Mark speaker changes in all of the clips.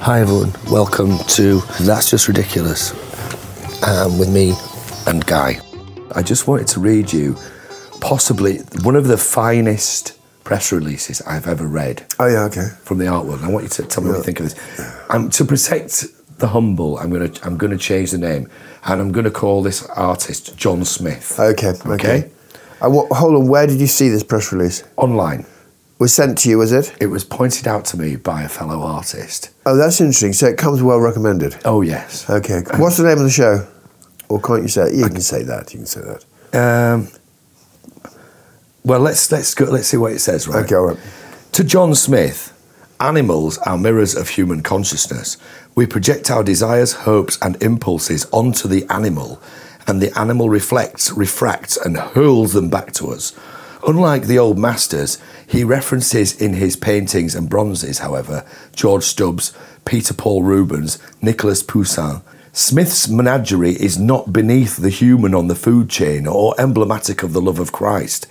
Speaker 1: Hi everyone, welcome to That's Just Ridiculous um, with me and Guy. I just wanted to read you possibly one of the finest press releases I've ever read
Speaker 2: Oh yeah, okay.
Speaker 1: from the art world. I want you to tell me what you think of this. Um, to protect the humble, I'm gonna I'm gonna change the name and I'm gonna call this artist John Smith.
Speaker 2: Okay, Uh, okay.
Speaker 1: Okay.
Speaker 2: I wa- hold on, where did you see this press release?
Speaker 1: Online,
Speaker 2: Was sent to you, was it?
Speaker 1: it was pointed out to me by a fellow artist.
Speaker 2: Oh, that's interesting. So it comes well recommended.
Speaker 1: Oh yes.
Speaker 2: Okay. What's the name of the show? Or can't you say? You can say that. You can say that.
Speaker 1: Um, well, let's let's go. Let's see what it says. Right.
Speaker 2: Okay, all right.
Speaker 1: To John Smith, animals are mirrors of human consciousness. We project our desires, hopes, and impulses onto the animal, and the animal reflects, refracts, and hurls them back to us. Unlike the old masters, he references in his paintings and bronzes, however, George Stubbs, Peter Paul Rubens, Nicolas Poussin. Smith's menagerie is not beneath the human on the food chain or emblematic of the love of Christ.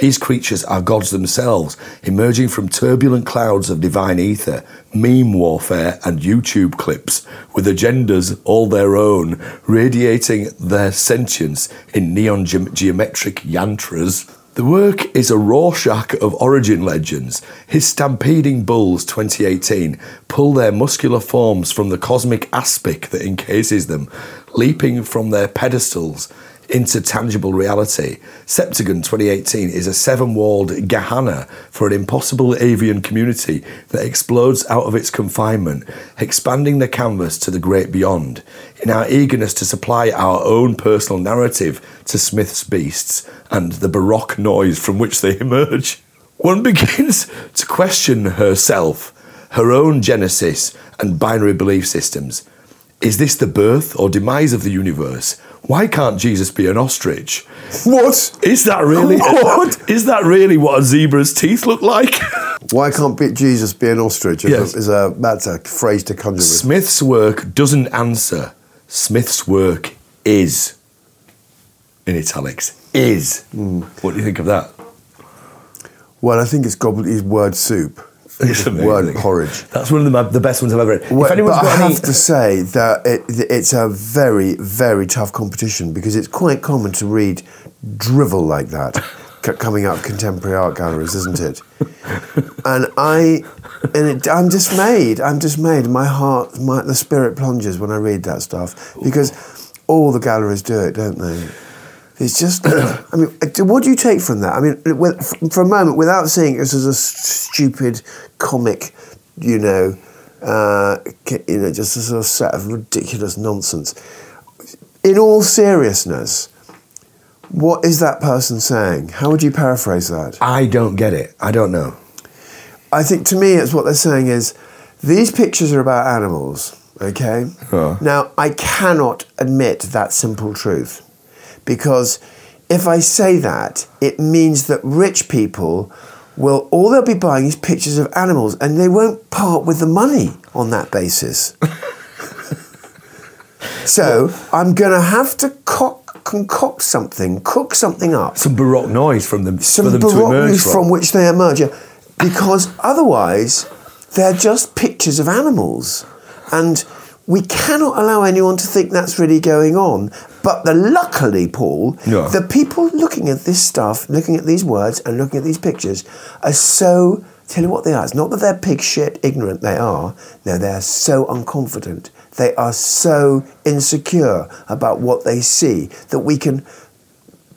Speaker 1: These creatures are gods themselves, emerging from turbulent clouds of divine ether, meme warfare, and YouTube clips, with agendas all their own, radiating their sentience in neon geom- geometric yantras. The work is a Rorschach of origin legends. His Stampeding Bulls 2018 pull their muscular forms from the cosmic aspic that encases them, leaping from their pedestals into tangible reality. Septagon 2018 is a seven walled Gehenna for an impossible avian community that explodes out of its confinement, expanding the canvas to the great beyond. In our eagerness to supply our own personal narrative to Smith's beasts and the baroque noise from which they emerge, one begins to question herself, her own genesis, and binary belief systems. Is this the birth or demise of the universe? Why can't Jesus be an ostrich?
Speaker 2: What?
Speaker 1: Is that really
Speaker 2: What?
Speaker 1: Is that really what a zebra's teeth look like?
Speaker 2: Why can't be- Jesus be an ostrich? Is
Speaker 1: Yes.
Speaker 2: a, is a that's a phrase to conjure with.
Speaker 1: Smith's work doesn't answer. Smith's work is in italics is. What do you think of that?
Speaker 2: Well, I think it's gobbled. It's word soup.
Speaker 1: It's
Speaker 2: word
Speaker 1: amazing.
Speaker 2: porridge.
Speaker 1: That's one of the, the best ones I've ever read.
Speaker 2: Well,
Speaker 1: if anyone's
Speaker 2: but
Speaker 1: got
Speaker 2: I
Speaker 1: any,
Speaker 2: have to say that it, it's a very, very tough competition because it's quite common to read drivel like that c- coming out of contemporary art galleries, isn't it? and I, and it, I'm dismayed. I'm dismayed. My heart, my, the spirit plunges when I read that stuff because all the galleries do it, don't they? It's just, I mean, uh, what do you take from that? I mean, uh, with- for a moment, without seeing it as a stupid comic, you know, uh, ca- you know, just a sort of set of ridiculous nonsense. In all seriousness, what is that person saying? How would you paraphrase that?
Speaker 1: I don't get it. I don't know.
Speaker 2: I think to me, it's what they're saying is these pictures are about animals, okay?
Speaker 1: Huh.
Speaker 2: Now, I cannot admit that simple truth because if I say that, it means that rich people will, all they'll be buying is pictures of animals and they won't part with the money on that basis. so I'm going to have to cock, concoct something, cook something up
Speaker 1: Some baroque noise from them
Speaker 2: some
Speaker 1: for them to
Speaker 2: baroque
Speaker 1: emerge
Speaker 2: news
Speaker 1: from.
Speaker 2: from which they emerge, yeah. because otherwise they're just pictures of animals, and we cannot allow anyone to think that's really going on. But the luckily, Paul,
Speaker 1: Yeah.
Speaker 2: the people looking at this stuff, looking at these words and looking at these pictures, are so. Tell you what they are. It's not that they're pig shit ignorant. They are. No, they are so unconfident. They are so insecure about what they see that we can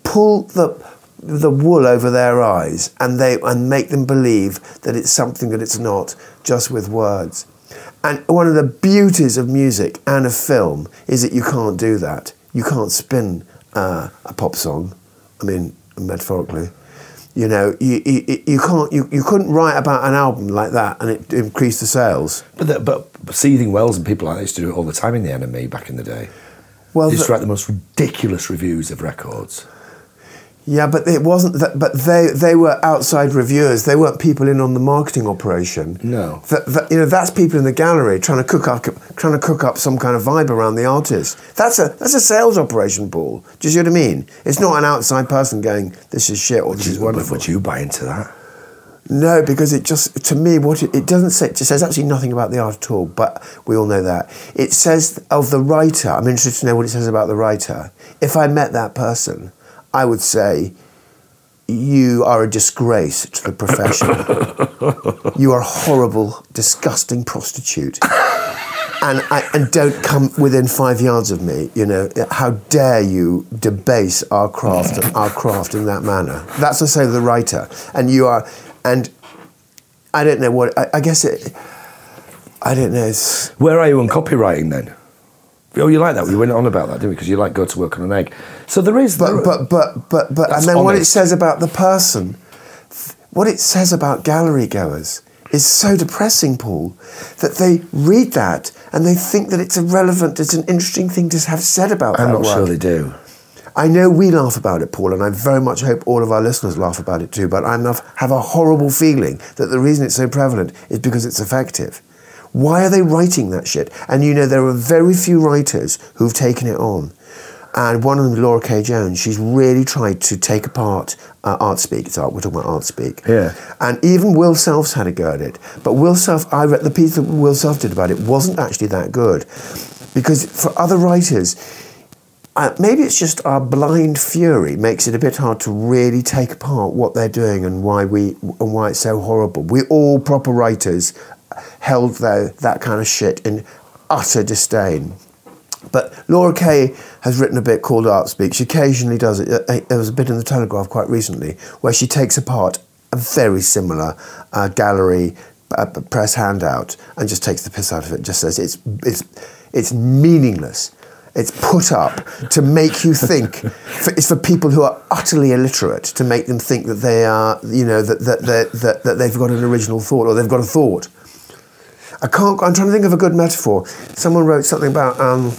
Speaker 2: pull the the wool over their eyes and they and make them believe that it's something that it's not just with words. And one of the beauties of music and of film is that you can't do that. You can't spin uh, a pop song. I mean, metaphorically. You know, you, you, you can't you, you couldn't write about an album like that and it increased the sales.
Speaker 1: But, the, but Seething Wells and people like that used to do it all the time in the enemy back in the day.
Speaker 2: Well,
Speaker 1: They used
Speaker 2: the-
Speaker 1: to write the most ridiculous reviews of records.
Speaker 2: Yeah, but it wasn't. That, but they they were outside reviewers. They weren't people in on the marketing operation.
Speaker 1: No.
Speaker 2: That, that- you know that's people in the gallery trying to cook up trying to cook up some kind of vibe around the artist. That's a that's a sales operation, Paul. Do you see what I mean? It's not an outside person going, "This is shit" or "This is
Speaker 1: But
Speaker 2: wonderful."
Speaker 1: Would you buy into that?
Speaker 2: No, because it just to me what it, it doesn't say it says absolutely nothing about the art at all. But we all know that it says of the writer. I'm interested to know what it says about the writer. If I met that person, I would say, "You are a disgrace to the profession. you are a horrible, disgusting prostitute." And, I, and don't come within five yards of me. You know, how dare you debase our craft and our craft in that manner? That's the say of the writer, and you are, and I don't know what I, I guess it. I don't know. It's,
Speaker 1: Where are you on copywriting then? Oh, you like that? We went on about that, didn't we? Because you like go to work on an egg. So there is, there
Speaker 2: but
Speaker 1: are-
Speaker 2: but but but but,
Speaker 1: That's
Speaker 2: and then what it
Speaker 1: honest.
Speaker 2: says about the person, what it says about gallery goers is so depressing, Paul, that they read that and they think that it's a relevant, it's an interesting thing to have said about
Speaker 1: I'm
Speaker 2: that
Speaker 1: not
Speaker 2: work.
Speaker 1: sure they do.
Speaker 2: I know we laugh about it, Paul, and I very much hope all of our listeners laugh about it too, but I have- have a horrible feeling that the reason it's so prevalent is because it's effective. Why are they writing that shit? And you know, there are very few writers who've taken it on. And one of them, Laura K. Jones, she's really tried to take apart uh, art speak. It's art, we're talking about art speak.
Speaker 1: Yeah.
Speaker 2: And even Will Self's had a go at it. But Will Self, I read the piece that Will Self did about it, wasn't actually that good. Because for other writers, uh, maybe it's just our blind fury makes it a bit hard to really take apart what they're doing and why we and why it's so horrible. We all proper writers held though that kind of shit in utter disdain. But Laura Kay has written a bit called Art Speak. She occasionally does it. Uh, uh, There was a bit in the Telegraph quite recently where she takes apart a very similar uh, gallery uh, p- press handout and just takes the piss out of it. Just says it's it's it's meaningless. It's put up to make you think. For, it's for people who are utterly illiterate to make them think that they are, you know, that that that, that, that they've got an original thought or they've got a thought. I can't. I'm trying to think of a good metaphor. Someone wrote something about. Um,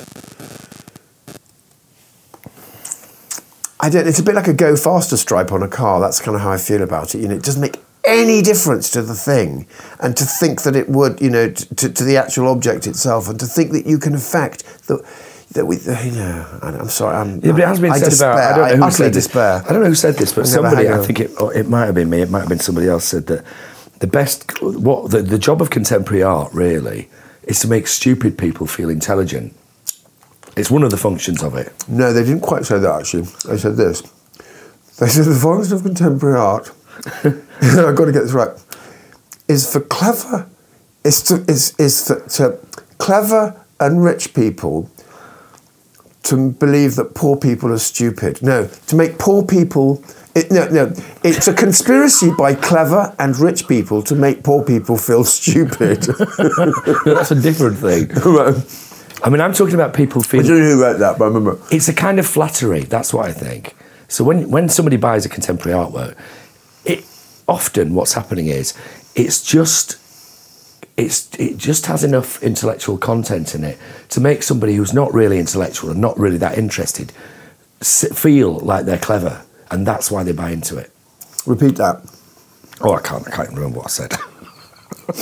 Speaker 2: I don't. It's a bit like a go faster stripe on a car. That's kind of how I feel about it. You know, it doesn't make any difference to the thing, and to think that it would, you know, to, to, to the actual object itself, and to think that you can affect the. That we, the, you know, I- I'm sorry. I'm,
Speaker 1: Yeah, but it has been
Speaker 2: I
Speaker 1: said
Speaker 2: despair.
Speaker 1: about. I don't know who
Speaker 2: utterly
Speaker 1: said this.
Speaker 2: despair.
Speaker 1: I don't know who said this, but
Speaker 2: I've never
Speaker 1: somebody.
Speaker 2: had
Speaker 1: I
Speaker 2: a-
Speaker 1: think it. oh, It might have been me. It might have been somebody else said that. The best. What the, the job of contemporary art really is to make stupid people feel intelligent. It's one of the functions of it.
Speaker 2: No, they didn't quite say that actually. They said this. They said the forest of contemporary art. I've got to get this right. Is for clever. Is to is is for to clever and rich people to believe that poor people are stupid. No, to make poor people. It, no, no. It's a conspiracy by clever and rich people to make poor people feel stupid.
Speaker 1: That's a different thing.
Speaker 2: I
Speaker 1: I mean, I'm talking about people feeling.
Speaker 2: don't know who wrote that, but I remember.
Speaker 1: it's a kind of flattery. That's what I think. So when when somebody buys a contemporary artwork, it often what's happening is it's just it's it just has enough intellectual content in it to make somebody who's not really intellectual and not really that interested s- feel like they're clever, and that's why they buy into it.
Speaker 2: Repeat that.
Speaker 1: Oh, I can't I can't even remember what I said.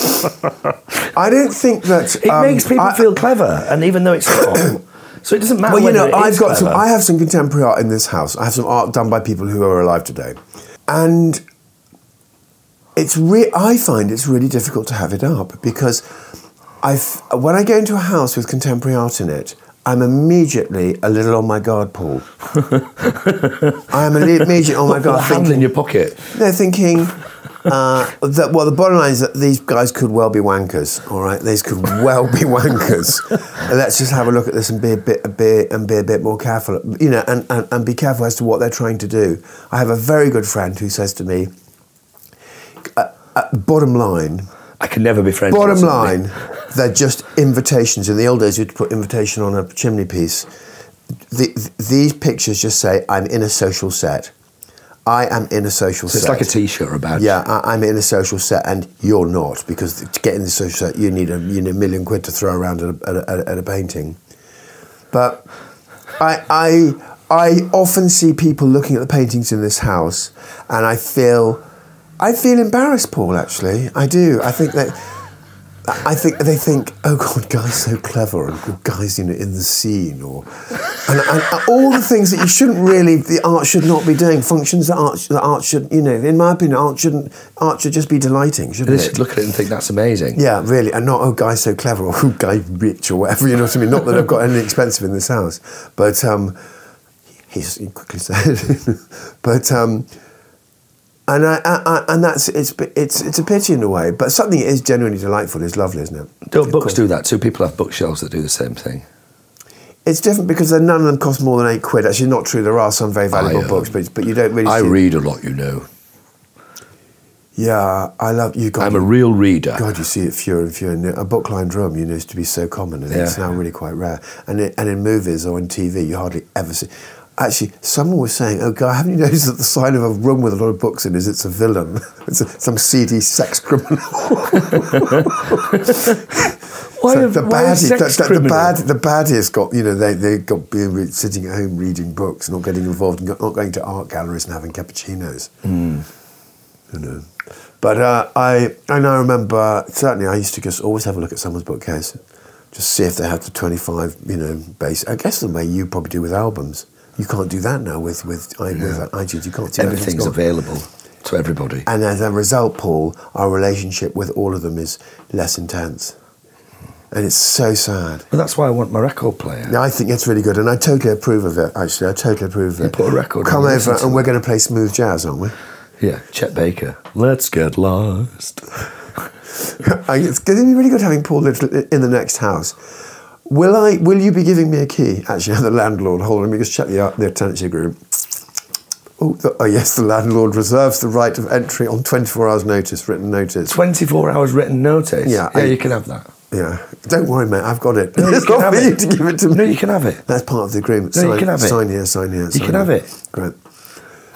Speaker 2: I don't think that
Speaker 1: It
Speaker 2: um,
Speaker 1: makes people
Speaker 2: I-
Speaker 1: feel clever, and even though it's not. So it doesn't matter.
Speaker 2: Well, you
Speaker 1: whether
Speaker 2: know,
Speaker 1: it
Speaker 2: I've
Speaker 1: is
Speaker 2: got some.
Speaker 1: clever.
Speaker 2: I have some contemporary art in this house. I have some art done by people who are alive today, and it's re- I find it's really difficult to have it up because I f- when I go into a house with contemporary art in it, I'm immediately a little on my guard, Paul. I am immediately on my
Speaker 1: Put the
Speaker 2: guard.
Speaker 1: hand in
Speaker 2: thinking-
Speaker 1: your pocket.
Speaker 2: they're thinking uh, that well the bottom line is that these guys could well be wankers all right these could well be wankers let's just have a look at this and be a bit a bit and be a bit more careful you know and, and, and be careful as to what they're trying to do i have a very good friend who says to me uh, uh, bottom line
Speaker 1: I can never be friends. with
Speaker 2: Bottom
Speaker 1: somebody.
Speaker 2: line, they're just invitations. In the old days, you'd put invitation on a chimney piece. The, th- these pictures just say, "I'm in a social set." I am in a social
Speaker 1: So it's
Speaker 2: set.
Speaker 1: like a t-shirt or a badge.
Speaker 2: Yeah, I, I'm in a social set, and you're not because to get in the social set, you need a you need a million quid to throw around at a, at a- at a, at a painting. But I I I often see people looking at the paintings in this house, and I feel I feel embarrassed, Paul. Actually, I do. I think that I think they think, oh God, guy's so clever, and good guy's you know in the scene, or and, and all the things that you shouldn't really, the art should not be doing. Functions that art, that art should, you know, in my opinion, art shouldn't, art should just be delighting,
Speaker 1: They
Speaker 2: shouldn't
Speaker 1: should
Speaker 2: it?
Speaker 1: look at it and think that's amazing.
Speaker 2: Yeah, really, and not oh guy's so clever or oh guy rich or whatever. You know what I mean? Not that I've got anything expensive in this house, but um, he's, he quickly said, but. Um, and I, I, I, and that's it's it's it's a pity in a way, but something that is genuinely delightful is lovely, isn't it?
Speaker 1: Don't
Speaker 2: Cool.
Speaker 1: books do that too? People have bookshelves that do the same thing.
Speaker 2: It's different because then none of them cost more than eight quid. Actually, not true. There are some very valuable
Speaker 1: I, uh,
Speaker 2: books, but but you don't really.
Speaker 1: I
Speaker 2: see-
Speaker 1: read a lot, you know.
Speaker 2: Yeah, I love you. God,
Speaker 1: I'm a real reader.
Speaker 2: God, you see it fewer and fewer. And a bookline drum, you know, used to be so common, and it's
Speaker 1: Yeah.
Speaker 2: now really quite rare. And it, and in movies or on TV, you hardly ever see. Actually, someone was saying, "Oh God, haven't you noticed that the sign of a room with a lot of books in is it's a villain, it's a, some seedy sex criminal."
Speaker 1: Why
Speaker 2: So
Speaker 1: have-
Speaker 2: the
Speaker 1: why have
Speaker 2: baddie,
Speaker 1: sex
Speaker 2: the, the, the,
Speaker 1: criminal?
Speaker 2: bad, the baddies got you know they they got being re- sitting at home reading books, not getting involved, not going to art galleries and having cappuccinos.
Speaker 1: Hmm.
Speaker 2: You know, but uh, I and I remember certainly I used to just always have a look at someone's bookcase, just see if they had the twenty five you know base. I guess the way you probably do with albums, you can't do that now with with, I, with iTunes. You can't do that.
Speaker 1: Everything's
Speaker 2: It's gone.
Speaker 1: available to everybody.
Speaker 2: And as a result, Paul, our relationship with all of them is less intense. And it's so sad.
Speaker 1: But that's why I want my record player.
Speaker 2: Yeah, I think that's really good, and I totally approve of it. Actually, I totally approve of it.
Speaker 1: put a record
Speaker 2: Come
Speaker 1: on,
Speaker 2: over,
Speaker 1: listen to
Speaker 2: and we're going to play smooth jazz, aren't we?
Speaker 1: Yeah, Chet Baker. Let's get lost.
Speaker 2: I- it's going to be really good having Paul Little i- in the next house. Will I? Will you be giving me a key? Actually, I'm the landlord. Hold on, let me just check the uh, the tenancy agreement. Oh, the, oh, yes, the landlord reserves the right of entry on 24 hours' notice, written notice.
Speaker 1: 24 hours written notice.
Speaker 2: Yeah,
Speaker 1: yeah
Speaker 2: I-
Speaker 1: you can have that.
Speaker 2: Yeah, don't worry, mate. I've got it.
Speaker 1: No, you
Speaker 2: it's
Speaker 1: can
Speaker 2: not
Speaker 1: have
Speaker 2: for you
Speaker 1: it.
Speaker 2: to give it to me.
Speaker 1: No, you can have it.
Speaker 2: That's part of the agreement.
Speaker 1: No, you
Speaker 2: sign,
Speaker 1: can have it.
Speaker 2: Sign here, sign here. You
Speaker 1: can have it.
Speaker 2: Great.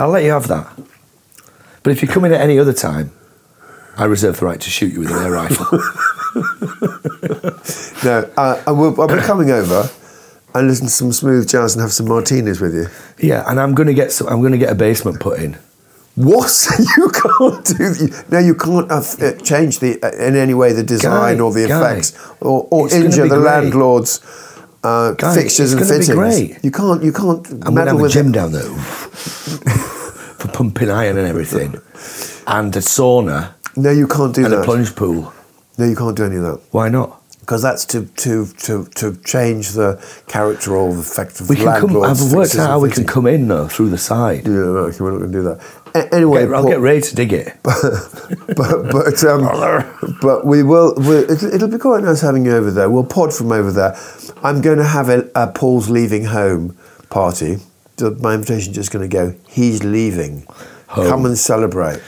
Speaker 1: I'll let you have that. But if you come in at any other time, I reserve the right to shoot you with an air rifle.
Speaker 2: No, uh, and we'll, I'll be coming over and listen to some smooth jazz and have some martinis with you.
Speaker 1: yeah, and I'm gonna get some, I'm gonna get a basement put in.
Speaker 2: What? you can't do the, No, you can't uh, f- uh, change the uh, in any way the design
Speaker 1: Guy,
Speaker 2: or the
Speaker 1: Guy,
Speaker 2: effects or, or
Speaker 1: it's gonna
Speaker 2: injure
Speaker 1: be
Speaker 2: the
Speaker 1: great.
Speaker 2: landlord's uh,
Speaker 1: Guy,
Speaker 2: fixtures
Speaker 1: it's
Speaker 2: and
Speaker 1: gonna be
Speaker 2: fittings.
Speaker 1: great.
Speaker 2: You can't. You can't
Speaker 1: I'm gonna
Speaker 2: meddle
Speaker 1: have a
Speaker 2: with
Speaker 1: gym
Speaker 2: it.
Speaker 1: down there for pumping iron and everything, and a sauna
Speaker 2: No, you can't do
Speaker 1: and a
Speaker 2: that.
Speaker 1: plunge pool.
Speaker 2: No, you can't do any of that.
Speaker 1: Why not?
Speaker 2: Because that's to, to, to, to change the character or the effect of
Speaker 1: We
Speaker 2: the
Speaker 1: can come.
Speaker 2: landlord's
Speaker 1: I've worked
Speaker 2: fixtures
Speaker 1: out
Speaker 2: and
Speaker 1: how we can
Speaker 2: fittings.
Speaker 1: come in though through the side.
Speaker 2: Yeah, no, okay, we're not going to do that. A- anyway,
Speaker 1: Get- I'll
Speaker 2: Paul-
Speaker 1: get Ray to dig it.
Speaker 2: but but um,
Speaker 1: Brother.
Speaker 2: but we will. we it'll, it'll be quite nice having you over there. We'll pod from over there. I'm going to have a, a Paul's leaving home party. So My invitation's just going to go. He's leaving.
Speaker 1: Home.
Speaker 2: Come and celebrate.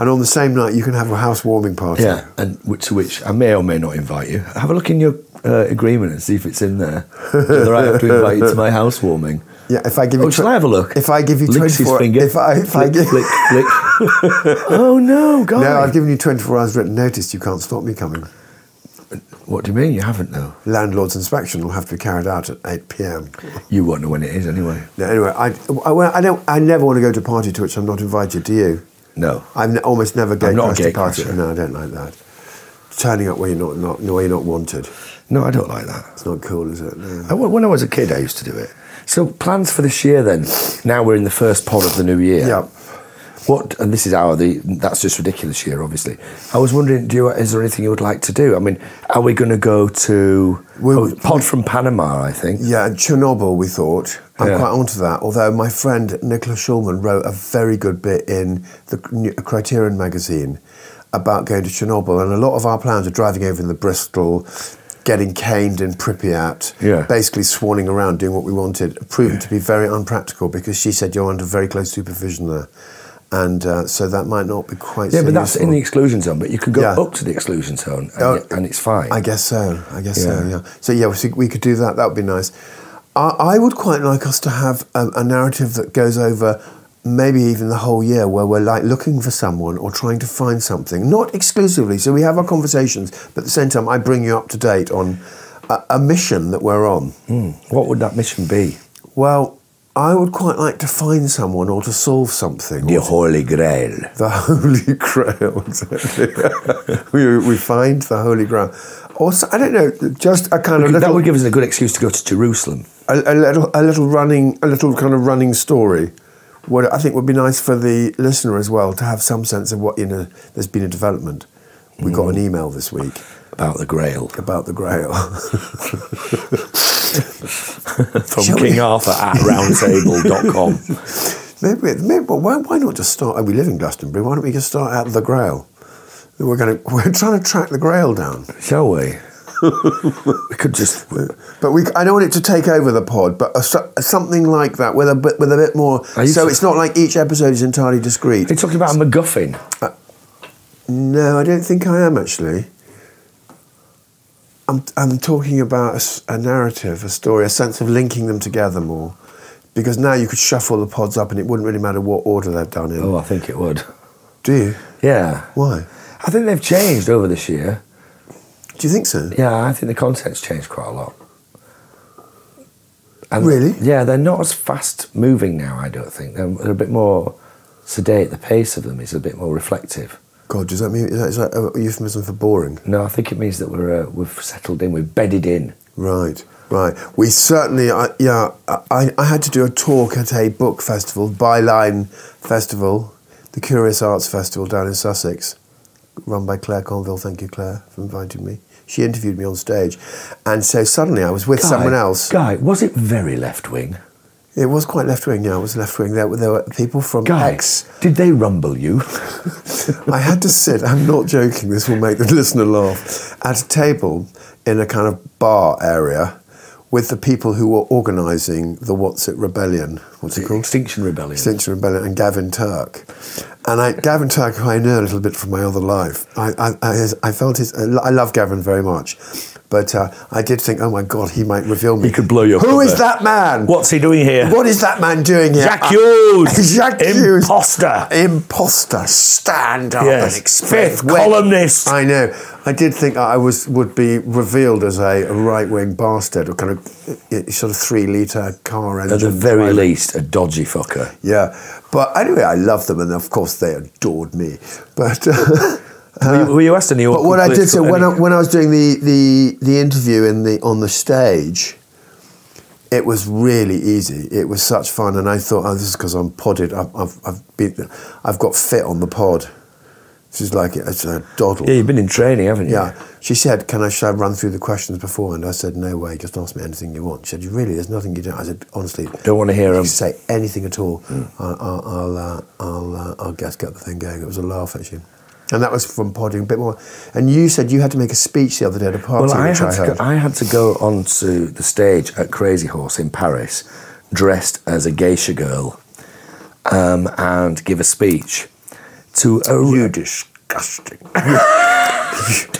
Speaker 2: And on the same night, you can have a housewarming party.
Speaker 1: Yeah, and which, to which I may or may not invite you. Have a look in your uh, agreement and see if it's in there. Whether I have to invite you to my housewarming.
Speaker 2: Yeah, If I give you,
Speaker 1: Oh, shall I have a look?
Speaker 2: If I give you
Speaker 1: Licks his
Speaker 2: 24
Speaker 1: finger.
Speaker 2: if I if I
Speaker 1: Flick,
Speaker 2: give
Speaker 1: flick, flick. oh no, God!
Speaker 2: no, I've given you 24 hours written notice. You can't stop me coming.
Speaker 1: What do you mean you haven't though?
Speaker 2: Landlord's inspection will have to be carried out at 8 p.m.
Speaker 1: You won't know when it is anyway.
Speaker 2: No, anyway, I, I, well, I don't. I never want to go to a party to which I'm not invited. Do you?
Speaker 1: No,
Speaker 2: I'm n- almost never
Speaker 1: I'm
Speaker 2: going
Speaker 1: not a
Speaker 2: to party.
Speaker 1: gatecrasher.
Speaker 2: No, I don't like that. Turning up where you're not, not where you're not wanted.
Speaker 1: no, I don't like that.
Speaker 2: It's not cool, is it? No.
Speaker 1: I, when I was a kid, I used to do it. So plans for this year then. Now we're in the first pod of the new year.
Speaker 2: Yeah.
Speaker 1: What and this is our the that's just ridiculous year, obviously. I was wondering, do you, is there anything you would like to do? I mean, are we going to go to
Speaker 2: We-
Speaker 1: oh, Pod from Panama? I think.
Speaker 2: Yeah, and Chernobyl. We thought I'm
Speaker 1: Yeah.
Speaker 2: quite onto that. Although my friend Nicola Shulman wrote a very good bit in the New- Criterion magazine about going to Chernobyl, and a lot of our plans are driving over in the Bristol. Getting caned in Pripyat,
Speaker 1: Yeah.
Speaker 2: basically swanning around doing what we wanted, proven to be very unpractical because she said you're under very close supervision there, and uh, so that might not be quite.
Speaker 1: Yeah,
Speaker 2: so
Speaker 1: but that's
Speaker 2: useful.
Speaker 1: in the exclusion zone. But you can go
Speaker 2: Yeah.
Speaker 1: up to the exclusion zone, and,
Speaker 2: Oh,
Speaker 1: y- and it's fine.
Speaker 2: I guess so. I guess so.
Speaker 1: Yeah.
Speaker 2: Yeah. So yeah, we, should- we could do that. That would be nice. I, I would quite like us to have a, a narrative that goes over maybe even the whole year, where we're like looking for someone or trying to find something, not exclusively. So we have our conversations, but at the same time, I bring you up to date on a, a mission that we're on.
Speaker 1: Mm. What would that mission be?
Speaker 2: Well, I would quite like to find someone or to solve something.
Speaker 1: The Holy Grail.
Speaker 2: The Holy Grail. exactly. we, we find the Holy Grail. Also, I don't know, just a kind of
Speaker 1: That
Speaker 2: little,
Speaker 1: would give us a good excuse to go to Jerusalem.
Speaker 2: a, a little, a little running, a little kind of running story. What I think would be nice for the listener as well to have some sense of what you know. There's been a development. We got
Speaker 1: Mm.
Speaker 2: an email this week
Speaker 1: About the Grail
Speaker 2: about the Grail.
Speaker 1: from
Speaker 2: Shall we?
Speaker 1: King Arthur at roundtable.com.
Speaker 2: Maybe, maybe well, why, why not just start? We live in Glastonbury. Why don't we just start at the Grail? We're going to we're trying to track the Grail down,
Speaker 1: Shall we? we could just.
Speaker 2: but we I don't want it to take over the pod, but a, so- something like that with a bit with a bit more.
Speaker 1: Are you
Speaker 2: So
Speaker 1: t-
Speaker 2: it's not like each episode is entirely discreet.
Speaker 1: They talking about a MacGuffin.
Speaker 2: No, I don't think I am actually. I'm, I'm talking about a s- a, narrative, a story, a sense of linking them together more. Because now you could shuffle the pods up and it wouldn't really matter what order they're done in.
Speaker 1: Oh, I think it would.
Speaker 2: Do you?
Speaker 1: Yeah.
Speaker 2: Why?
Speaker 1: I think they've changed over this year.
Speaker 2: Do you think so?
Speaker 1: Yeah, I think the content's changed quite a lot. And
Speaker 2: Really?
Speaker 1: Yeah, they're not as fast moving now, I don't think. They're, they're a bit more sedate. The pace of them is a bit more reflective.
Speaker 2: God, does that mean is that, is that a euphemism for boring?
Speaker 1: No, I think it means that we're, uh, we've settled in, we've bedded in.
Speaker 2: Right, right. We certainly, I, yeah, I, I had to do a talk at a book festival, Byline Festival, the Curious Arts Festival down in Sussex, run by Claire Conville. Thank you, Claire, for inviting me. She interviewed me on stage, and so suddenly I was with someone
Speaker 1: Guy-
Speaker 2: else.
Speaker 1: Guy, was it very left wing?
Speaker 2: It was quite left wing. Yeah, it was left wing. There, were- there were people from
Speaker 1: Guy,
Speaker 2: X.
Speaker 1: did they rumble you?
Speaker 2: I had to sit, I'm not joking, this will make the listener laugh, at a table in a kind of bar area with the people who were organising the What's It Rebellion. What's it called?
Speaker 1: Extinction Rebellion.
Speaker 2: Extinction Rebellion and Gavin Turk. And I, Gavin Turk, who I know a little bit from my other life, I, I, I, his- I felt his. I love Gavin very much, but uh, I did think, oh my God, he might reveal me.
Speaker 1: He could blow your
Speaker 2: Who
Speaker 1: cover.
Speaker 2: is that man?
Speaker 1: What's he doing here?
Speaker 2: What is that man doing here?
Speaker 1: Jack
Speaker 2: I-
Speaker 1: Hughes!
Speaker 2: Jack Hughes!
Speaker 1: Imposter!
Speaker 2: Imposter, stand up
Speaker 1: Yes,
Speaker 2: and explain.
Speaker 1: fifth columnist.
Speaker 2: I know. I did think I was would be revealed as a right wing bastard, or kind of uh, sort of three litre car engine.
Speaker 1: At the very least, a dodgy fucker.
Speaker 2: Yeah, but anyway, I love them, and of course they adored me. But
Speaker 1: were, you, were you asked any
Speaker 2: but what I did so when I, when I was doing the, the, the interview in the on the stage, it was really easy. It was such fun, and I thought, oh, this is because I'm podded. I've I've I've, been, I've got fit on the pod. This is like it's a doddle.
Speaker 1: Yeah, you've been in training, haven't you?
Speaker 2: Yeah. She said, Can I, should I run through the questions beforehand? I said, No way, just ask me anything you want. She said, Really, there's nothing you don't. I said, Honestly,
Speaker 1: Don't wanna hear Hmm. 'em.
Speaker 2: You say anything at all. I, I, I'll, uh, I'll, uh, I'll guess, get the thing going. It was a laugh, actually. And that was from podding a bit more. And you said you had to make a speech the other day at a party,
Speaker 1: Well, I
Speaker 2: which
Speaker 1: had,
Speaker 2: I
Speaker 1: to
Speaker 2: heard.
Speaker 1: go, I had to go onto the stage at Crazy Horse in Paris dressed as a geisha girl um, and give a speech to a. You disgusting.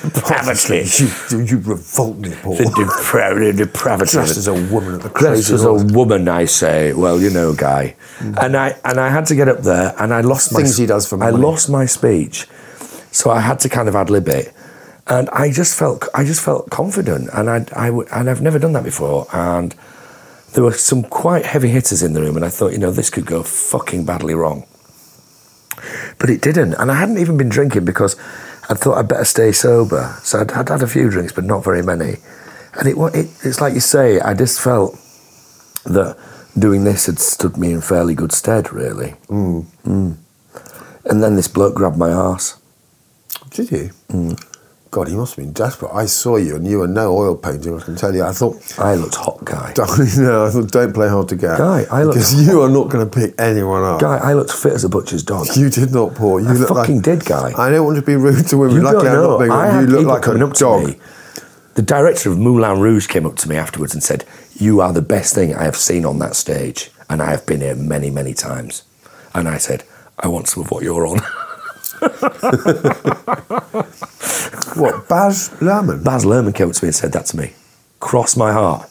Speaker 1: depravity.
Speaker 2: you, you, you revolt me, Paul.
Speaker 1: The depra- the depravity.
Speaker 2: Dressed as a woman at the
Speaker 1: Dressed
Speaker 2: crazy
Speaker 1: as a
Speaker 2: horse. Mm.
Speaker 1: woman, I say. Well, you know, guy. And I and I had to get up there, and I lost my
Speaker 2: Things he does for
Speaker 1: I
Speaker 2: money.
Speaker 1: lost my speech, so I had to kind of ad lib it, and I just felt I just felt confident, and I I would and I've never done that before, and there were some quite heavy hitters in the room, and I thought, you know, this could go fucking badly wrong. But it didn't, and I hadn't even been drinking because I thought I'd better stay sober. So I'd, I'd had a few drinks, but not very many. And it, wa- it it's like you say, I just felt that doing this had stood me in fairly good stead, really. Mm. And then this bloke grabbed my arse.
Speaker 2: Did you?
Speaker 1: Hmm.
Speaker 2: God, he must have been desperate. I saw you, and you were no oil painting, I can tell you. I thought,
Speaker 1: I looked hot, guy.
Speaker 2: Darling, no, I thought don't play hard to get.
Speaker 1: Guy, I look-
Speaker 2: because you are not going to pick anyone up.
Speaker 1: Guy, I looked fit as a butcher's dog.
Speaker 2: You did not, Paul. You
Speaker 1: I
Speaker 2: look
Speaker 1: fucking
Speaker 2: like,
Speaker 1: did, Guy.
Speaker 2: I don't want to be rude to women.
Speaker 1: You
Speaker 2: Luckily,
Speaker 1: don't
Speaker 2: I'm
Speaker 1: know.
Speaker 2: not being rude.
Speaker 1: I
Speaker 2: You
Speaker 1: had
Speaker 2: look
Speaker 1: people
Speaker 2: like
Speaker 1: coming
Speaker 2: a
Speaker 1: up to
Speaker 2: dog.
Speaker 1: me. The director of Moulin Rouge came up to me afterwards and said, "You are the best thing I have seen on that stage, and I have been here many, many times." And I said, "I want some of what you're on."
Speaker 2: What, Baz Lerman?
Speaker 1: Baz Luhrmann came up to me and said that to me. Cross my heart.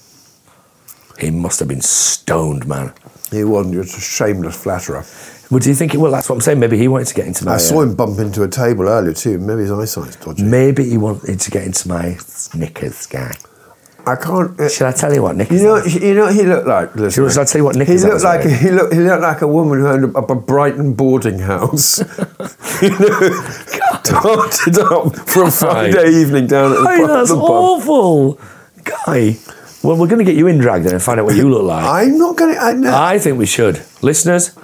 Speaker 1: He must have been stoned, man.
Speaker 2: He wasn't. He was a shameless flatterer.
Speaker 1: Well, do you think? It, well, that's what I'm saying. Maybe he wanted to get into my.
Speaker 2: I saw
Speaker 1: uh,
Speaker 2: him bump into a table earlier, too. Maybe his eyesight's dodgy.
Speaker 1: Maybe he wanted to get into my knickers, guy.
Speaker 2: I can't. uh,
Speaker 1: Shall I tell you what Nick?
Speaker 2: you
Speaker 1: is
Speaker 2: know,
Speaker 1: like?
Speaker 2: you know, what he looked like.
Speaker 1: Shall I- shall I tell you what Nick
Speaker 2: He
Speaker 1: is
Speaker 2: looked
Speaker 1: like?
Speaker 2: like he looked. He looked like a woman who owned up a Brighton boarding house. you know, darted up from Friday evening down at the,
Speaker 1: Hey,
Speaker 2: pub-
Speaker 1: that's
Speaker 2: the pub.
Speaker 1: awful, guy. Well, we're going to get you in drag then and find out what you look like.
Speaker 2: I'm not going to. I no,
Speaker 1: I think we should, listeners.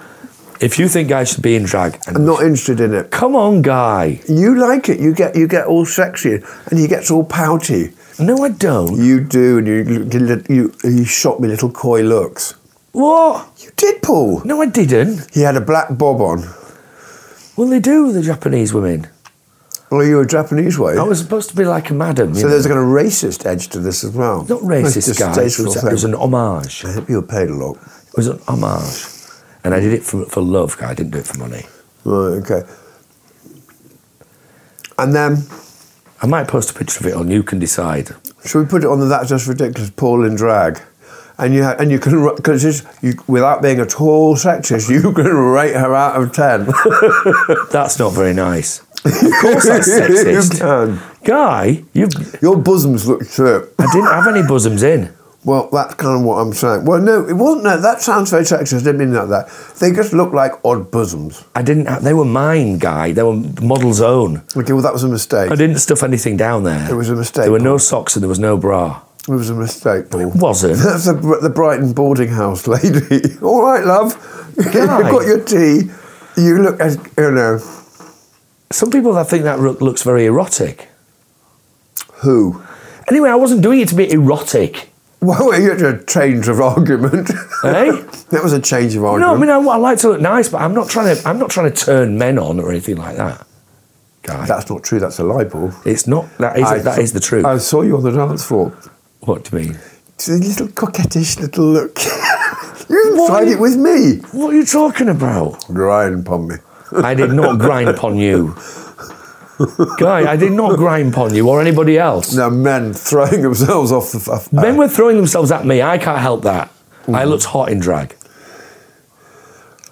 Speaker 1: If you think guys should be in drag, and
Speaker 2: I'm not interested in it.
Speaker 1: come on, guy.
Speaker 2: You like it. You get you get all sexy, and he gets all pouty.
Speaker 1: No, I don't.
Speaker 2: You do, and you you you shot me little coy looks.
Speaker 1: What?
Speaker 2: You did, Paul.
Speaker 1: No, I didn't.
Speaker 2: He had a black bob on.
Speaker 1: Well, they do the Japanese women.
Speaker 2: Well, you were Japanese way.
Speaker 1: I was supposed to be like a madam.
Speaker 2: So
Speaker 1: So
Speaker 2: there's a kind of racist edge to this as well.
Speaker 1: not
Speaker 2: It's
Speaker 1: racist, guys. It
Speaker 2: distasteful
Speaker 1: was,
Speaker 2: thing.
Speaker 1: it was an homage.
Speaker 2: I hope you were paid a lot.
Speaker 1: It was an homage, and I did it for for love, guy. I didn't do it for money.
Speaker 2: Right, okay. And then,
Speaker 1: I might post a picture of it, and you can decide.
Speaker 2: should we put it on the That's Just Ridiculous Paul in drag? And you ha- and you can because you without being at all sexist, you can rate her out of ten.
Speaker 1: That's not very nice. Of course, that's sexist.
Speaker 2: you can.
Speaker 1: Guy, you.
Speaker 2: Your bosoms look shit.
Speaker 1: I didn't have any bosoms in.
Speaker 2: Well, that's kind of what I'm saying. Well, no, it wasn't. No, that sounds very sexist. I didn't mean that. That they just look like odd bosoms.
Speaker 1: I didn't. Have, they were mine, guy. They were model's own.
Speaker 2: Okay, well, that was a mistake.
Speaker 1: I didn't stuff anything down there.
Speaker 2: It was a mistake.
Speaker 1: There were no socks and there was no bra.
Speaker 2: It was a mistake, Paul.
Speaker 1: Wasn't.
Speaker 2: That's the, the Brighton boarding house lady. All right, love. You've
Speaker 1: Guy.
Speaker 2: got your tea. You look as, you know,
Speaker 1: Some people that think that look, looks very erotic.
Speaker 2: who?
Speaker 1: Anyway, I wasn't doing it to be erotic.
Speaker 2: Well, you had a change of argument.
Speaker 1: Eh?
Speaker 2: that was a change of
Speaker 1: No, I
Speaker 2: argument.
Speaker 1: mean I, I like to look nice, but I'm not trying to. I'm not trying to turn men on or anything like that, guy.
Speaker 2: That's not true. That's a lie, Paul.
Speaker 1: it's not. That is.
Speaker 2: I-
Speaker 1: that is the truth.
Speaker 2: I saw you on the dance floor.
Speaker 1: what do you mean?
Speaker 2: It's a little coquettish little look. you
Speaker 1: What?
Speaker 2: tried it with me.
Speaker 1: What are you talking about?
Speaker 2: Grind upon me.
Speaker 1: I did not grind upon you. Guy, I did not grind upon you or anybody else.
Speaker 2: Now, men throwing themselves off the. Off,
Speaker 1: Men were throwing themselves at me. I can't help that.
Speaker 2: Mm-hmm.
Speaker 1: I looked hot in drag.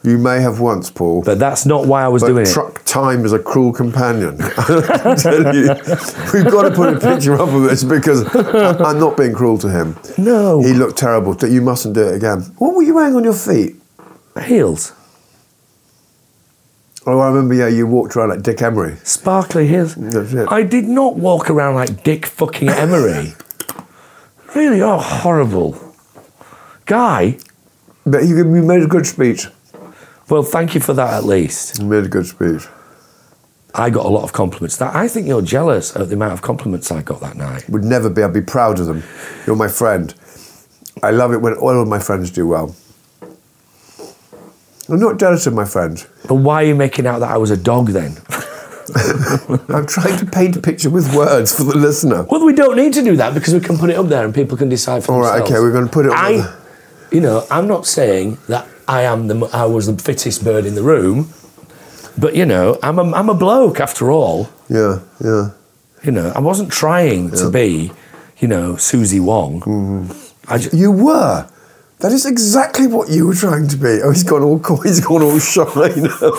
Speaker 2: you may have once, Paul.
Speaker 1: But that's not why I was doing
Speaker 2: But
Speaker 1: it.
Speaker 2: truck time is a cruel companion. I tell you, we've got to put a picture up of this because I- I'm not being cruel to him.
Speaker 1: No.
Speaker 2: He looked terrible. That You mustn't do it again. What were you wearing on your feet?
Speaker 1: Heels.
Speaker 2: Oh, I remember, yeah, you walked around like Dick Emery.
Speaker 1: Sparkly heels.
Speaker 2: That's it.
Speaker 1: I did not walk around like Dick fucking Emery. really, oh, horrible. Guy,
Speaker 2: But you, you made a good speech.
Speaker 1: well, thank you for that at least.
Speaker 2: You made a good speech.
Speaker 1: I got a lot of compliments. That I think you're jealous of the amount of compliments I got that night.
Speaker 2: Would never be, I'd be proud of them. You're my friend. I love it when all of my friends do well. I'm not jealous of my friends.
Speaker 1: But why are you making out that I was a dog then?
Speaker 2: I'm trying to paint a picture with words for the listener.
Speaker 1: Well, we don't need to do that because we can put it up there and people can decide for
Speaker 2: All right,
Speaker 1: themselves.
Speaker 2: okay, we're gonna put it up
Speaker 1: I,
Speaker 2: there.
Speaker 1: you know, I'm not saying that I am the mo- I was the fittest bird in the room, but you know, I'm a, I'm a bloke after all.
Speaker 2: Yeah, yeah.
Speaker 1: You know, I wasn't trying to be, you know, Susie Wong.
Speaker 2: Mm-hmm.
Speaker 1: I ju-
Speaker 2: You were. That is exactly what you were trying to be. Oh, he's gone all coy, he's gone all shy now.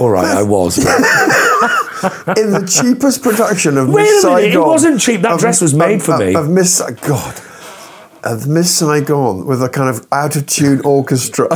Speaker 1: all right, I was. but-
Speaker 2: In the cheapest production of
Speaker 1: Wait
Speaker 2: Miss
Speaker 1: a
Speaker 2: Saigon.
Speaker 1: minute, it wasn't cheap. That
Speaker 2: of-
Speaker 1: dress was made
Speaker 2: of-
Speaker 1: for
Speaker 2: of-
Speaker 1: me.
Speaker 2: Of Miss, Sa- God, of Miss Saigon with a kind of out of tune orchestra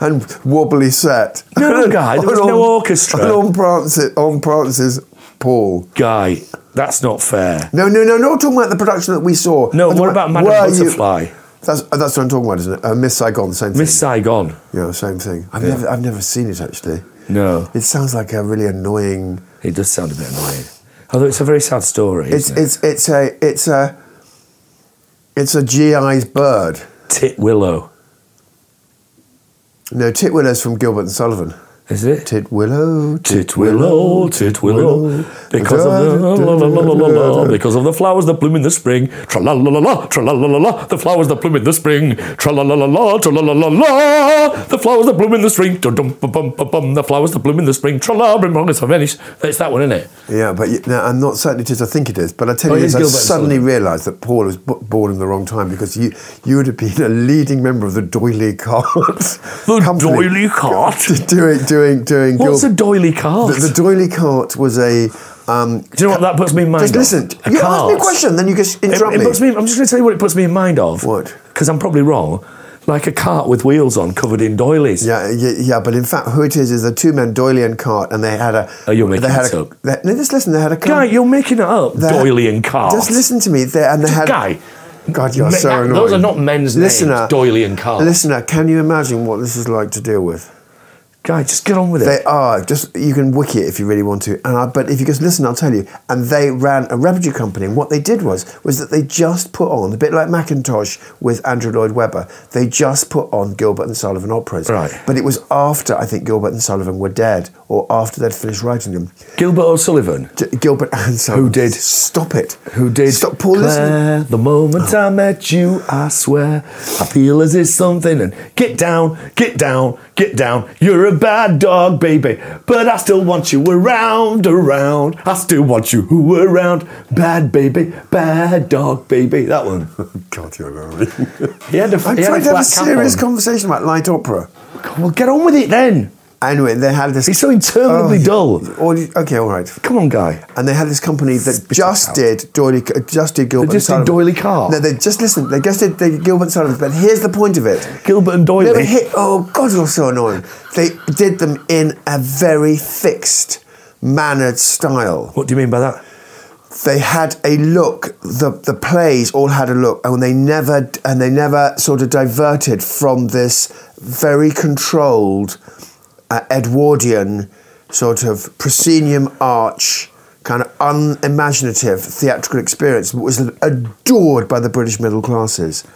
Speaker 2: and wobbly set.
Speaker 1: No, guy, there was
Speaker 2: And
Speaker 1: no orchestra.
Speaker 2: and on Francis, on Francis Paul.
Speaker 1: Guy, that's not fair.
Speaker 2: No, no, no, not talking about the production that we saw.
Speaker 1: No,
Speaker 2: I'm talking
Speaker 1: what about Madame
Speaker 2: were you-
Speaker 1: Butterfly?
Speaker 2: That's, that's what I'm talking about, isn't it? Uh, Miss Saigon, same thing.
Speaker 1: Miss Saigon.
Speaker 2: Yeah, same thing. I've
Speaker 1: Yeah.
Speaker 2: never, I've never seen it actually.
Speaker 1: No,
Speaker 2: It sounds like a really annoying.
Speaker 1: it does sound a bit annoying. Although it's a very sad story.
Speaker 2: It's,
Speaker 1: isn't it?
Speaker 2: it's, it's a, it's a, it's a GI's bird.
Speaker 1: Tit Willow,
Speaker 2: No, Titwillow's from Gilbert and Sullivan.
Speaker 1: is it?
Speaker 2: Titwillow,
Speaker 1: Tit willow, tit willow, because of the la, la, la, la, la, la, because of the flowers that bloom in the spring. Tra la la la la, tra la la la la, the flowers that bloom in the spring. Tra la la la la, tra la la la la, the flowers that bloom in the spring. Dum dum bum bum bum bum, the flowers that bloom in the spring. Tra la, bring wrong is vanish. It's that one, isn't it?
Speaker 2: Yeah, but you, now, I'm not certain it is. I think it is. But I tell
Speaker 1: Oh, it
Speaker 2: you,
Speaker 1: is
Speaker 2: this, I
Speaker 1: Gilbert and
Speaker 2: suddenly realised that Paul was b- born in the wrong time because you you would have been a leading member of the Doily Cart.
Speaker 1: The doily cart.
Speaker 2: doing doing doing doing
Speaker 1: What's a
Speaker 2: Gilbert.
Speaker 1: doily cart?
Speaker 2: the, the doily cart was a. Um,
Speaker 1: Do you know what that puts me in mind
Speaker 2: just
Speaker 1: of?
Speaker 2: listen.
Speaker 1: A
Speaker 2: you ask
Speaker 1: cart.
Speaker 2: me a question, then you just
Speaker 1: It,
Speaker 2: interrupt
Speaker 1: it puts me, I'm just going to tell you what it puts me in mind of.
Speaker 2: What?
Speaker 1: Because I'm probably wrong. Like a cart with wheels on covered in doilies.
Speaker 2: Yeah, yeah, yeah, but in fact, who it is is the two men, doily and cart, and they had a.
Speaker 1: Oh, you're making
Speaker 2: they had
Speaker 1: it
Speaker 2: a,
Speaker 1: up.
Speaker 2: They, no, just listen. They had a
Speaker 1: Guy,
Speaker 2: car.
Speaker 1: you're making it up.
Speaker 2: they-
Speaker 1: doily and cart.
Speaker 2: Just listen to me. They, and they had.
Speaker 1: Guy,
Speaker 2: God, you're
Speaker 1: me-
Speaker 2: so
Speaker 1: that-
Speaker 2: annoying. uh,
Speaker 1: those are not men's names, doily and cart.
Speaker 2: Listener, can you imagine what this is like to deal with?
Speaker 1: Guy, just get on with it.
Speaker 2: They are just you can wiki it if you really want to, and I, but if you just listen, I'll tell you. And they ran a repertory company, and what they did was was that they just put on a bit like Macintosh with Andrew Lloyd Webber. They just put on Gilbert and Sullivan operas,
Speaker 1: Right.
Speaker 2: But it was after I think Gilbert and Sullivan were dead, or after they'd finished writing them.
Speaker 1: Gilbert O'Sullivan,
Speaker 2: J- Gilbert and Sullivan.
Speaker 1: Who did-
Speaker 2: Stop it.
Speaker 1: who did
Speaker 2: Stop. Paul, listen.
Speaker 1: Claire, the moment I met you, I swear, I feel as if something and get down, get down, get down. You're a bad dog, baby, but I still want you around, around. I still want you around. Bad baby, bad dog, baby. That one.
Speaker 2: God, you're annoying.
Speaker 1: He had a,
Speaker 2: I'm
Speaker 1: he had
Speaker 2: trying to have a
Speaker 1: flat cap
Speaker 2: serious
Speaker 1: on.
Speaker 2: conversation about light opera.
Speaker 1: Well, get on with it then.
Speaker 2: Anyway, they had this.
Speaker 1: It's so interminably
Speaker 2: Oh,
Speaker 1: dull.
Speaker 2: all you- okay, all right.
Speaker 1: Come on, guy.
Speaker 2: and they had this company that just
Speaker 3: out.
Speaker 2: did doily, just did Gilbert.
Speaker 1: They just did
Speaker 2: and Sullivan.
Speaker 1: doily cart.
Speaker 2: No, they just listen. They just did they, Gilbert and Sullivan. But here's the point of it.
Speaker 1: Gilbert and
Speaker 2: They
Speaker 1: Doyle.
Speaker 2: were hit. Oh God, you're so annoying. They did them in a very fixed, mannered style.
Speaker 1: What do you mean by that?
Speaker 2: They had a look. The the plays all had a look, and they never and they never sort of diverted from this very controlled, uh, Edwardian sort of proscenium arch. Kind of unimaginative theatrical experience that was adored by the British middle classes,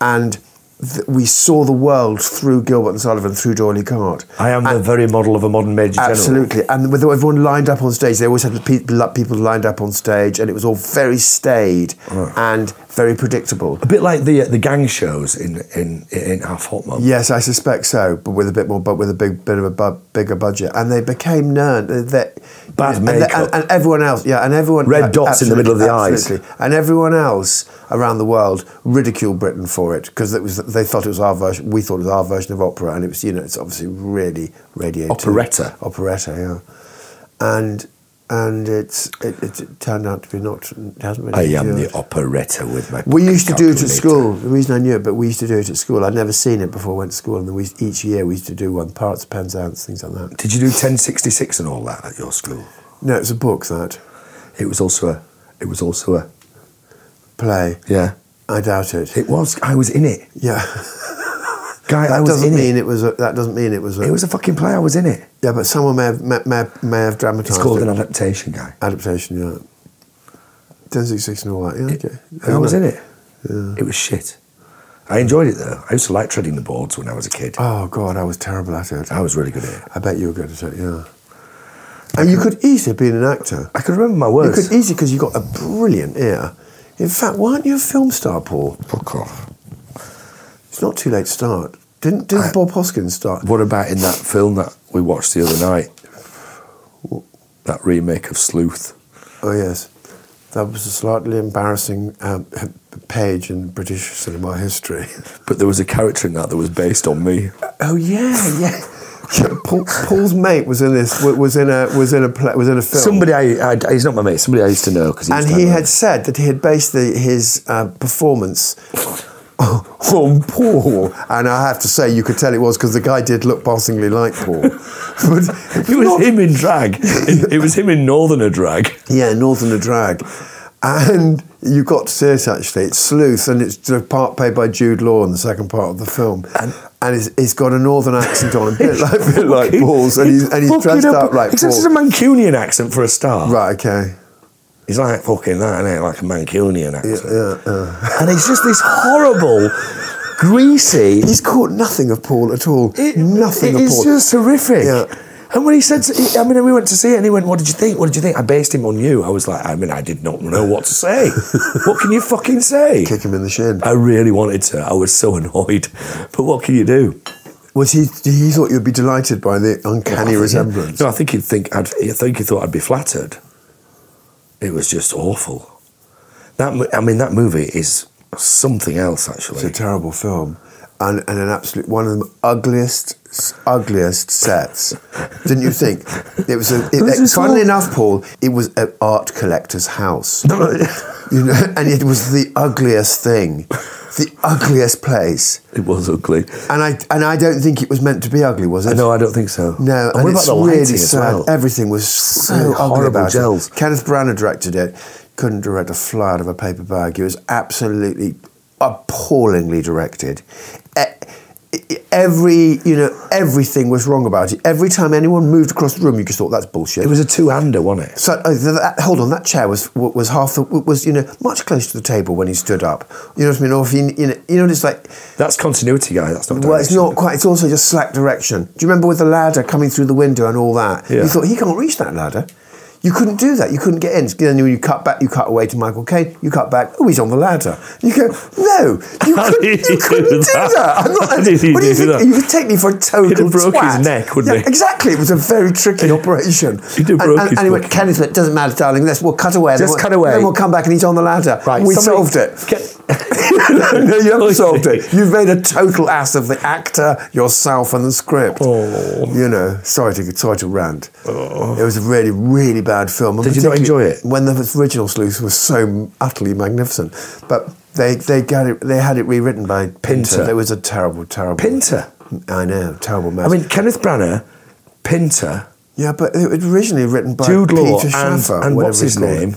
Speaker 2: and th- we saw the world through Gilbert and Sullivan, through Doyley Cart.
Speaker 1: I am the very model of a modern major general.
Speaker 2: Absolutely, and with everyone lined up on stage, they always had the people, people lined up on stage, and it was all very staid and very predictable.
Speaker 1: A bit like the uh, the gang shows in in in our hot mob.
Speaker 2: Yes, I suspect so, but with a bit more, but with a big bit of a bu- bigger budget, and they became known that
Speaker 1: Bad
Speaker 2: and, the-
Speaker 1: makeup.
Speaker 2: and, and everyone else, yeah, and everyone uh,
Speaker 1: Red dots in the middle of the eyes.
Speaker 2: absolutely. and everyone else around the world ridiculed Britain for it because it was they thought it was our version, we thought it was our version of opera, and it was you know it's obviously really radio
Speaker 1: Operetta.
Speaker 2: operetta, yeah, and. And it's it, it turned out to be not. It hasn't been.
Speaker 1: I am the operetta with my.
Speaker 2: We
Speaker 1: pocket
Speaker 2: used to do it at
Speaker 1: calculator.
Speaker 2: school. The reason I knew it, but we used to do it at school. I'd never seen it before I went to school, and then we, each year we used to do one. Parts, Penzance, things like that.
Speaker 1: Did you do ten sixty six and all that at your school?
Speaker 2: No, it's a book that
Speaker 1: It was also a. It was also a.
Speaker 2: play.
Speaker 1: Yeah.
Speaker 2: I doubt it.
Speaker 1: It was. I was in it.
Speaker 2: Yeah,
Speaker 1: Guy, I
Speaker 2: that
Speaker 1: was
Speaker 2: doesn't
Speaker 1: in it.
Speaker 2: mean it. was. A, that doesn't mean it was. A,
Speaker 1: It was a fucking play. I was in it.
Speaker 2: Yeah, but someone may have may, may, have- may have dramatised.
Speaker 1: It's called
Speaker 2: it.
Speaker 1: an adaptation, guy.
Speaker 2: adaptation. Yeah, ten six six and all that. Yeah, okay.
Speaker 1: I was in it. It was shit. I enjoyed it though. I used to like treading the boards when I was a kid.
Speaker 2: Oh God, I was terrible at it.
Speaker 1: I was really good at it.
Speaker 2: I bet you were good at it. Yeah, and you could easily have been an actor.
Speaker 1: I could remember my
Speaker 2: You
Speaker 1: words.
Speaker 2: could easily because you got a brilliant ear. In fact, why aren't you a film star, Paul?
Speaker 1: Fuck off.
Speaker 2: It's not too late to start. Didn't did
Speaker 1: I-
Speaker 2: Bob Hoskins start?
Speaker 1: What about in that film that we watched the other night? That remake of Sleuth.
Speaker 2: Oh yes, that was a slightly embarrassing um, page in British cinema history.
Speaker 1: But there was a character in that that was based on me.
Speaker 2: Oh yeah, yeah. Yeah, Paul, Paul's mate was in this. wa- Was in a was in a pla was in a film.
Speaker 1: Somebody I, I he's not my mate. Somebody I used to know because
Speaker 2: and he had said that he had based the, his uh, performance on Paul. And I have to say, you could tell it was because the guy did look passingly like Paul. but
Speaker 1: it was him in drag. It, it was him in Northerner drag.
Speaker 2: Yeah, Northerner Drag. And you got to see it actually. It's Sleuth, and it's the part played by Jude Law in the second part of the film. And, it's, it's got a northern accent on, a bit like, bit like Paul's, and he's, and he's
Speaker 1: Fucking
Speaker 2: dressed
Speaker 1: up-
Speaker 2: up like
Speaker 1: Except it's a
Speaker 2: Paul.
Speaker 1: Mancunian accent for a start.
Speaker 2: Right, okay.
Speaker 1: He's like fucking that, innit? Like a Mancunian accent.
Speaker 2: Yeah, yeah.
Speaker 1: And he's just this horrible, greasy.
Speaker 2: He's caught nothing of Paul at all. nothing
Speaker 1: It
Speaker 2: of
Speaker 1: is
Speaker 2: Paul.
Speaker 1: just horrific.
Speaker 2: Yeah.
Speaker 1: And when he said, to- he- I mean, we went to see it, and he went, "What did you think? What did you think?" I based him on you. I was like, I mean, I did not know what to say. what can you fucking say?
Speaker 2: Kick him in the shin.
Speaker 1: I really wanted to. I was so annoyed, but what can you do?
Speaker 2: Was he? He thought you'd be delighted by the uncanny resemblance.
Speaker 1: No, I think he'd think. I'd, I think he thought I'd be flattered. It was just awful. That mo- I mean, that movie is something else.
Speaker 2: It's a
Speaker 1: Actually,
Speaker 2: terrible film, and, and an absolute one of the ugliest s- ugliest sets. Didn't you think? It was a. It,
Speaker 1: This is
Speaker 2: funnily
Speaker 1: all-
Speaker 2: enough, Paul, it was an art collector's house. you know, and it was the ugliest thing, the ugliest place.
Speaker 1: It was ugly.
Speaker 2: And I and I don't think it was meant to be ugly, was it?
Speaker 1: No, I don't think so.
Speaker 2: No,
Speaker 1: and what about
Speaker 2: it's
Speaker 1: the
Speaker 2: really
Speaker 1: lighting as
Speaker 2: sad.
Speaker 1: well?
Speaker 2: Everything was so
Speaker 1: Really
Speaker 2: ugly
Speaker 1: horrible
Speaker 2: about it.
Speaker 1: gels.
Speaker 2: Kenneth Branagh directed it. Couldn't direct a fly out of a paper bag. It was absolutely appallingly directed. E- e- Every you know everything was wrong about it. Every time anyone moved across the room, you just thought that's bullshit.
Speaker 1: It was a two-hander, wasn't it?
Speaker 2: So uh, th- that, hold on, that chair was w- was half the, was you know much closer to the table when he stood up. You know what I mean? Or if he, you know, you know what it's like.
Speaker 1: That's continuity, guy. That's not.
Speaker 2: Well, it's
Speaker 1: direction.
Speaker 2: not quite. It's also just slack direction. Do you remember with the ladder coming through the window and all that?
Speaker 1: Yeah.
Speaker 2: You thought he can't reach that ladder. You couldn't do that. You couldn't get in. Then when you cut back, you cut away to Michael Caine. You cut back. Oh, he's on the ladder. You go, no, you
Speaker 1: How
Speaker 2: couldn't,
Speaker 1: did
Speaker 2: you
Speaker 1: he
Speaker 2: couldn't do
Speaker 1: do
Speaker 2: that.
Speaker 1: that?
Speaker 2: I'm not.
Speaker 1: How did he
Speaker 2: what do you
Speaker 1: do
Speaker 2: think?
Speaker 1: that?
Speaker 2: You would take me for a total
Speaker 1: He'd have broke his
Speaker 2: twat.
Speaker 1: neck, wouldn't he?
Speaker 2: Exactly. It was a very tricky operation.
Speaker 1: He'd have
Speaker 2: and,
Speaker 1: broke
Speaker 2: and,
Speaker 1: his
Speaker 2: and he went,
Speaker 1: fucking-
Speaker 2: Kenneth, it doesn't matter, darling. Let's we'll cut away.
Speaker 1: Just
Speaker 2: then we'll,
Speaker 1: cut away.
Speaker 2: Then we'll come back, and he's on the ladder.
Speaker 1: Right,
Speaker 2: we
Speaker 1: somebody-
Speaker 2: solved it.
Speaker 1: Get-
Speaker 2: no,
Speaker 1: Oh,
Speaker 2: you haven't
Speaker 1: I
Speaker 2: solved it.
Speaker 1: see.
Speaker 2: You've made a total ass of the actor, yourself, and the script.
Speaker 1: Oh.
Speaker 2: You know, sorry to sorry to rant. It was a really, really bad film. and
Speaker 1: Did you not
Speaker 2: particularly
Speaker 1: enjoy it?
Speaker 2: When the original Sleuth was so utterly magnificent, but they they got it. They had it rewritten by Pinter.
Speaker 1: Pinter.
Speaker 2: There was a terrible, terrible
Speaker 1: Pinter?
Speaker 2: I know, terrible mess.
Speaker 1: I mean, Kenneth Branagh, Pinter,
Speaker 2: yeah, but it was originally written by
Speaker 1: Jude Law,
Speaker 2: Peter
Speaker 1: and,
Speaker 2: Shaffer,
Speaker 1: and
Speaker 2: whatever
Speaker 1: what's
Speaker 2: he's
Speaker 1: his
Speaker 2: called.
Speaker 1: name,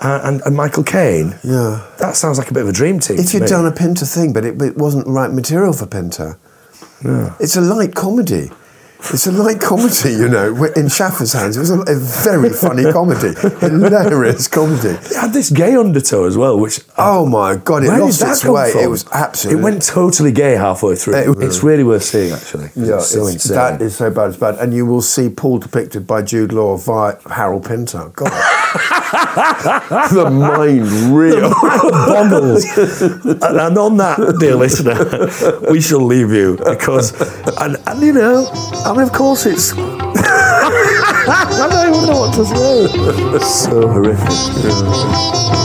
Speaker 1: uh, and and Michael Caine.
Speaker 2: Yeah.
Speaker 1: That sounds like a bit of a dream team.
Speaker 2: If
Speaker 1: to
Speaker 2: you'd
Speaker 1: me.
Speaker 2: done a Pinter thing, but it, but it wasn't right material for Pinter. It's a light comedy. It's a light comedy, you know. We're- In Shaffer's hands, it was a, a very funny comedy, hilarious comedy.
Speaker 1: It had this gay undertow as well, which
Speaker 2: Oh my god, it
Speaker 1: where did
Speaker 2: lost
Speaker 1: that
Speaker 2: its
Speaker 1: come
Speaker 2: way.
Speaker 1: from?
Speaker 2: It was absolutely.
Speaker 1: It went totally gay halfway through.
Speaker 2: It-
Speaker 1: it's really worth seeing, actually. Yeah, it's so insane.
Speaker 2: That is so bad. It's bad, and you will see Paul depicted by Jude Law via Harold Pinter. God, the mind real.
Speaker 1: boggles. and, and on that, dear listener, we shall leave you because, and, and you know, I mean, of course it's. I don't even know what to say. so horrific.